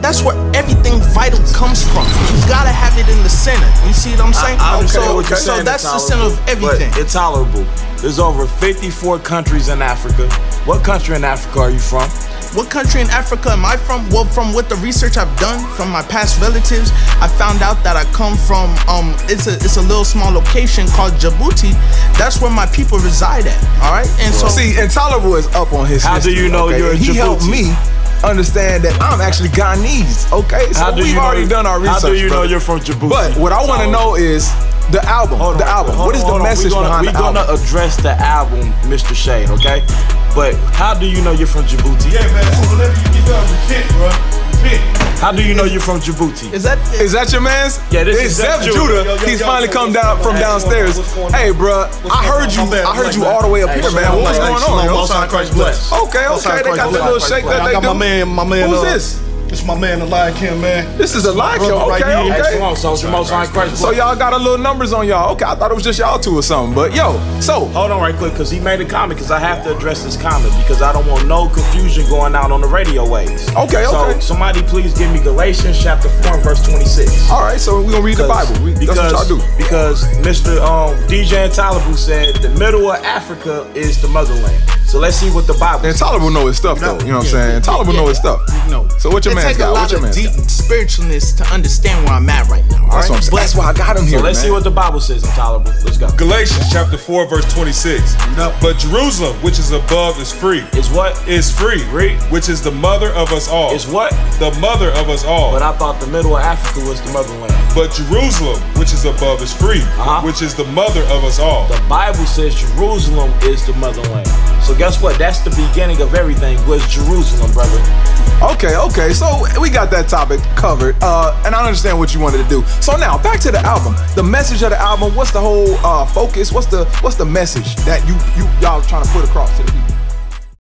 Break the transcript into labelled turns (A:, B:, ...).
A: That's where everything vital comes from. You gotta have it in the center. You see what I'm saying?
B: I understand
A: so,
B: what you're
A: so
B: saying,
A: that's
B: it's
A: the center of
B: tolerable,
A: everything.
B: But it's tolerable. There's over 54 countries in Africa. What country in Africa are you from?
A: What country in Africa am I from? Well, from what the research I've done from my past relatives, I found out that I come from um it's a it's a little small location called Djibouti. That's where my people reside at. All right, and so
C: See, Intolerable is up on his
B: How do
C: history,
B: you know
C: okay?
B: you're
C: And He
B: Djibouti?
C: helped me understand that I'm actually Ghanese, okay? So
B: How do
C: we've
B: you know-
C: already done our
B: how
C: research.
B: do you know
C: brother.
B: you're from Djibouti?
C: But what I want to
B: Intolerable.
C: know oh, is the album.
B: Hold on,
C: the
B: hold
C: album.
B: on,
C: what is the
B: hold on.
C: message
B: we're gonna,
C: behind
B: We're
C: the
B: gonna
C: album?
B: address the album, Mr. Shade, okay? But how do you know you're from Djibouti?
D: Yeah, man. So whenever you get done, repent, bro. Repent.
B: How do you know you're from Djibouti?
A: is that
C: Is that your man's?
B: Yeah, this
C: it's
B: is
C: Zeph
B: Zeph
C: Judah.
B: Judah.
D: Yo, yo,
C: uh, He's
D: yo,
C: finally
D: yo,
C: come
D: what's
C: down
D: going
C: from
D: on?
C: downstairs.
D: What's going on?
C: Hey, bruh, I heard
D: going
C: you.
D: on? My bad,
C: I
D: my
C: heard you
D: bad.
C: all the way up
B: Hey,
C: here,
B: Shalom,
C: man. What was
B: hey,
C: going
B: Shalom,
C: on? yo?
D: Most High Christ bless.
C: Okay,
D: Most
C: okay,
D: High
C: they
D: Christ
C: got that
D: bless.
C: little shake that
D: I
C: they
D: got
C: do.
D: my man, my man.
C: Who's
D: uh,
C: this?
D: It's my man, the Lion King, man.
C: This is a live show.
D: brother
C: Okay,
D: right here.
C: okay.
B: Hey, Shalom, so it's your most high Christ.
C: So y'all got a little numbers on y'all. Okay, I thought it was just y'all two or something. But yo, so
B: Hold on right quick, cause he made a comment, cause I have to address this comment because I don't want no confusion going out on the radio waves.
C: Okay,
B: so
C: okay.
B: somebody please give me Galatians chapter four and verse twenty-six.
C: all right, so we gonna read the Bible. We,
B: because,
C: that's what y'all do.
B: Because Mr. Um, DJ Intolable said the middle of Africa is the motherland. So let's see what the Bible
C: And
B: says.
C: Tolerable know his stuff though. You know what I'm saying? Tolerable know his stuff.
A: no?
C: So what your
A: it
C: man's
A: take a
C: got?
A: lot
C: What your
A: of
C: man's
A: deep
C: got?
A: spiritualness to understand where I'm at right now.
C: That's what I'm saying.
A: But-
C: That's why I got him here.
B: So let's
C: man.
B: see what the Bible says, Intolable. Let's go.
D: Galatians chapter 4, verse 26. But Jerusalem, which is above, is free.
B: Is what?
D: Is free.
B: Read.
D: Which is the mother of us all.
B: Is what?
D: The mother of us all.
B: But I thought the middle of Africa was the motherland.
D: But Jerusalem, which is above, is free,
B: Uh-huh.
D: which is the mother of us all.
B: The Bible says Jerusalem is the motherland. So guess what? That's the beginning of everything was Jerusalem, brother.
C: Okay, okay. So we got that topic covered, uh, and I understand what you wanted to do. So now back to the album. The message of the album. What's the whole uh, focus? What's the what's the message that you you y'all trying to put across to the people?